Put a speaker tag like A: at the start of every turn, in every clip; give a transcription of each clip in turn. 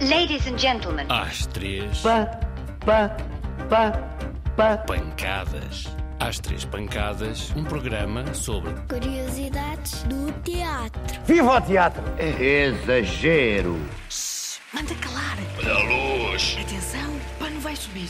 A: Ladies and gentlemen,
B: Às três,
C: pá, pá, pá, pá.
B: pancadas. Às três pancadas, um programa sobre
D: Curiosidades do teatro.
C: Viva o teatro!
E: Exagero.
F: Manda calar. Olha a luz. Atenção, o pano vai subir.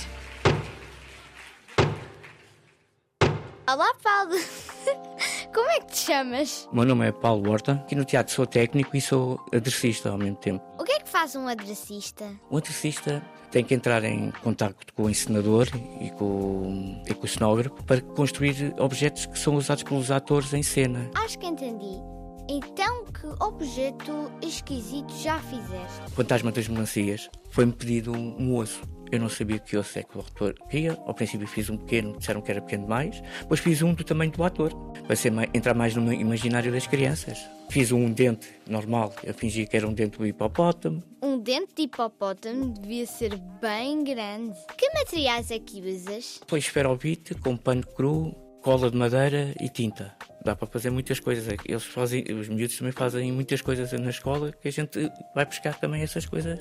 D: Olá, Paulo. Como é que te chamas?
G: O meu nome é Paulo Horta. Aqui no teatro sou técnico e sou adressista ao mesmo tempo.
D: O que é que faz um adressista?
G: O adressista tem que entrar em contacto com o encenador e com, e com o cenógrafo para construir objetos que são usados pelos atores em cena.
D: Acho que entendi. Então, que objeto esquisito já fizeste?
G: O Fantasma das Melancias foi-me pedido um, um osso. Eu não sabia que osso é que o autor queria. Ao princípio fiz um pequeno, disseram que era pequeno demais. Depois fiz um do tamanho do ator, para ser mai- entrar mais no meu imaginário das crianças. Fiz um dente normal, eu fingi que era um dente do hipopótamo.
D: Um dente de hipopótamo devia ser bem grande. Que materiais é que usas?
G: Depois esferovite com pano cru, cola de madeira e tinta. Dá para fazer muitas coisas. É Eles fazem, os miúdos também fazem muitas coisas na escola que a gente vai buscar também essas coisas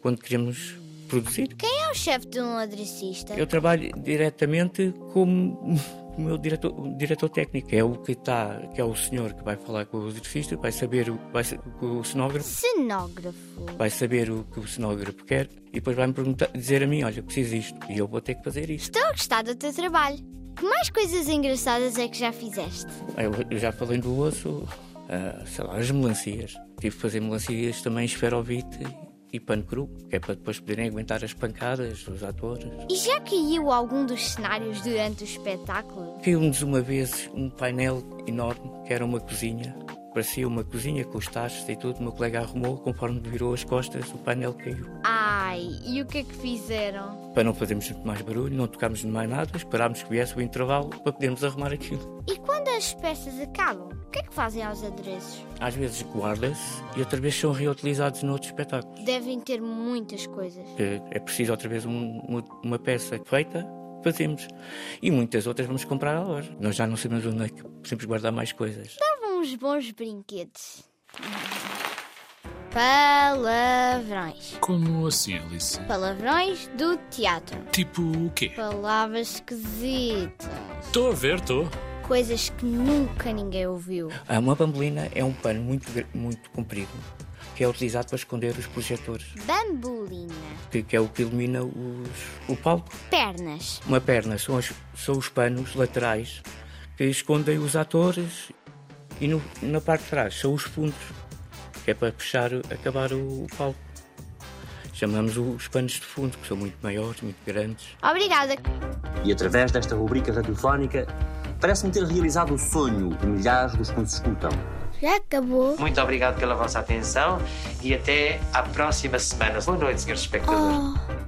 G: quando queremos produzir.
D: Quem é o chefe de um adressista?
G: Eu trabalho diretamente como o meu diretor, o diretor técnico. É o que está, que é o senhor que vai falar com o exercício, vai saber o, vai, sa- com o cenógrafo
D: Cenógrafo.
G: vai saber o que o cenógrafo quer e depois vai-me perguntar, dizer a mim, olha, preciso disto e eu vou ter que fazer isto.
D: Estou a gostar do teu trabalho. Que mais coisas engraçadas é que já fizeste?
G: Ah, Eu eu já falei do osso, ah, sei lá, as melancias. Tive que fazer melancias também esferovite e pano cru, que é para depois poderem aguentar as pancadas dos atores.
D: E já caiu algum dos cenários durante o espetáculo?
G: Caiu-nos uma vez um painel enorme, que era uma cozinha. Parecia uma cozinha com os tachos e tudo. O meu colega arrumou, conforme virou as costas, o painel caiu.
D: Ai, e o que é que fizeram?
G: Para não fazermos muito mais barulho, não tocámos mais nada, esperámos que viesse o intervalo para podermos arrumar aquilo.
D: E quando as peças acabam, o que é que fazem aos adereços?
G: Às vezes guarda-se e outras vezes são reutilizados noutros espetáculos.
D: Devem ter muitas coisas.
G: que é preciso outra vez um- uma, uma peça feita, fazemos. E muitas outras vamos comprar à loja. Nós já não sabemos onde é que podemos guardar mais coisas.
D: Davam uns bons brinquedos. Palavrões.
H: Como assim, Alice?
D: Palavrões do teatro.
H: Tipo o quê?
D: Palavras esquisitas.
H: Estou a ver, estou.
D: Coisas que nunca ninguém ouviu.
G: Ah, Uma bambolina é um pano muito, gra- muito comprido que é utilizado para esconder os projetores,
D: Bambolina.
G: que, que é o que ilumina os- o palco.
D: Pernas.
G: Uma perna são, as- são os panos laterais que escondem os atores e no- na parte de trás são os fundos, que é para fechar, acabar o, o palco. Chamamos os panos de fundo, que são muito maiores, muito grandes.
D: Obrigada.
I: E através desta rubrica radiofónica, parece-me ter realizado o sonho de milhares dos que nos escutam.
D: Já acabou.
J: Muito obrigado pela vossa atenção e até à próxima semana. Boa noite, senhores espectadores.
D: Oh,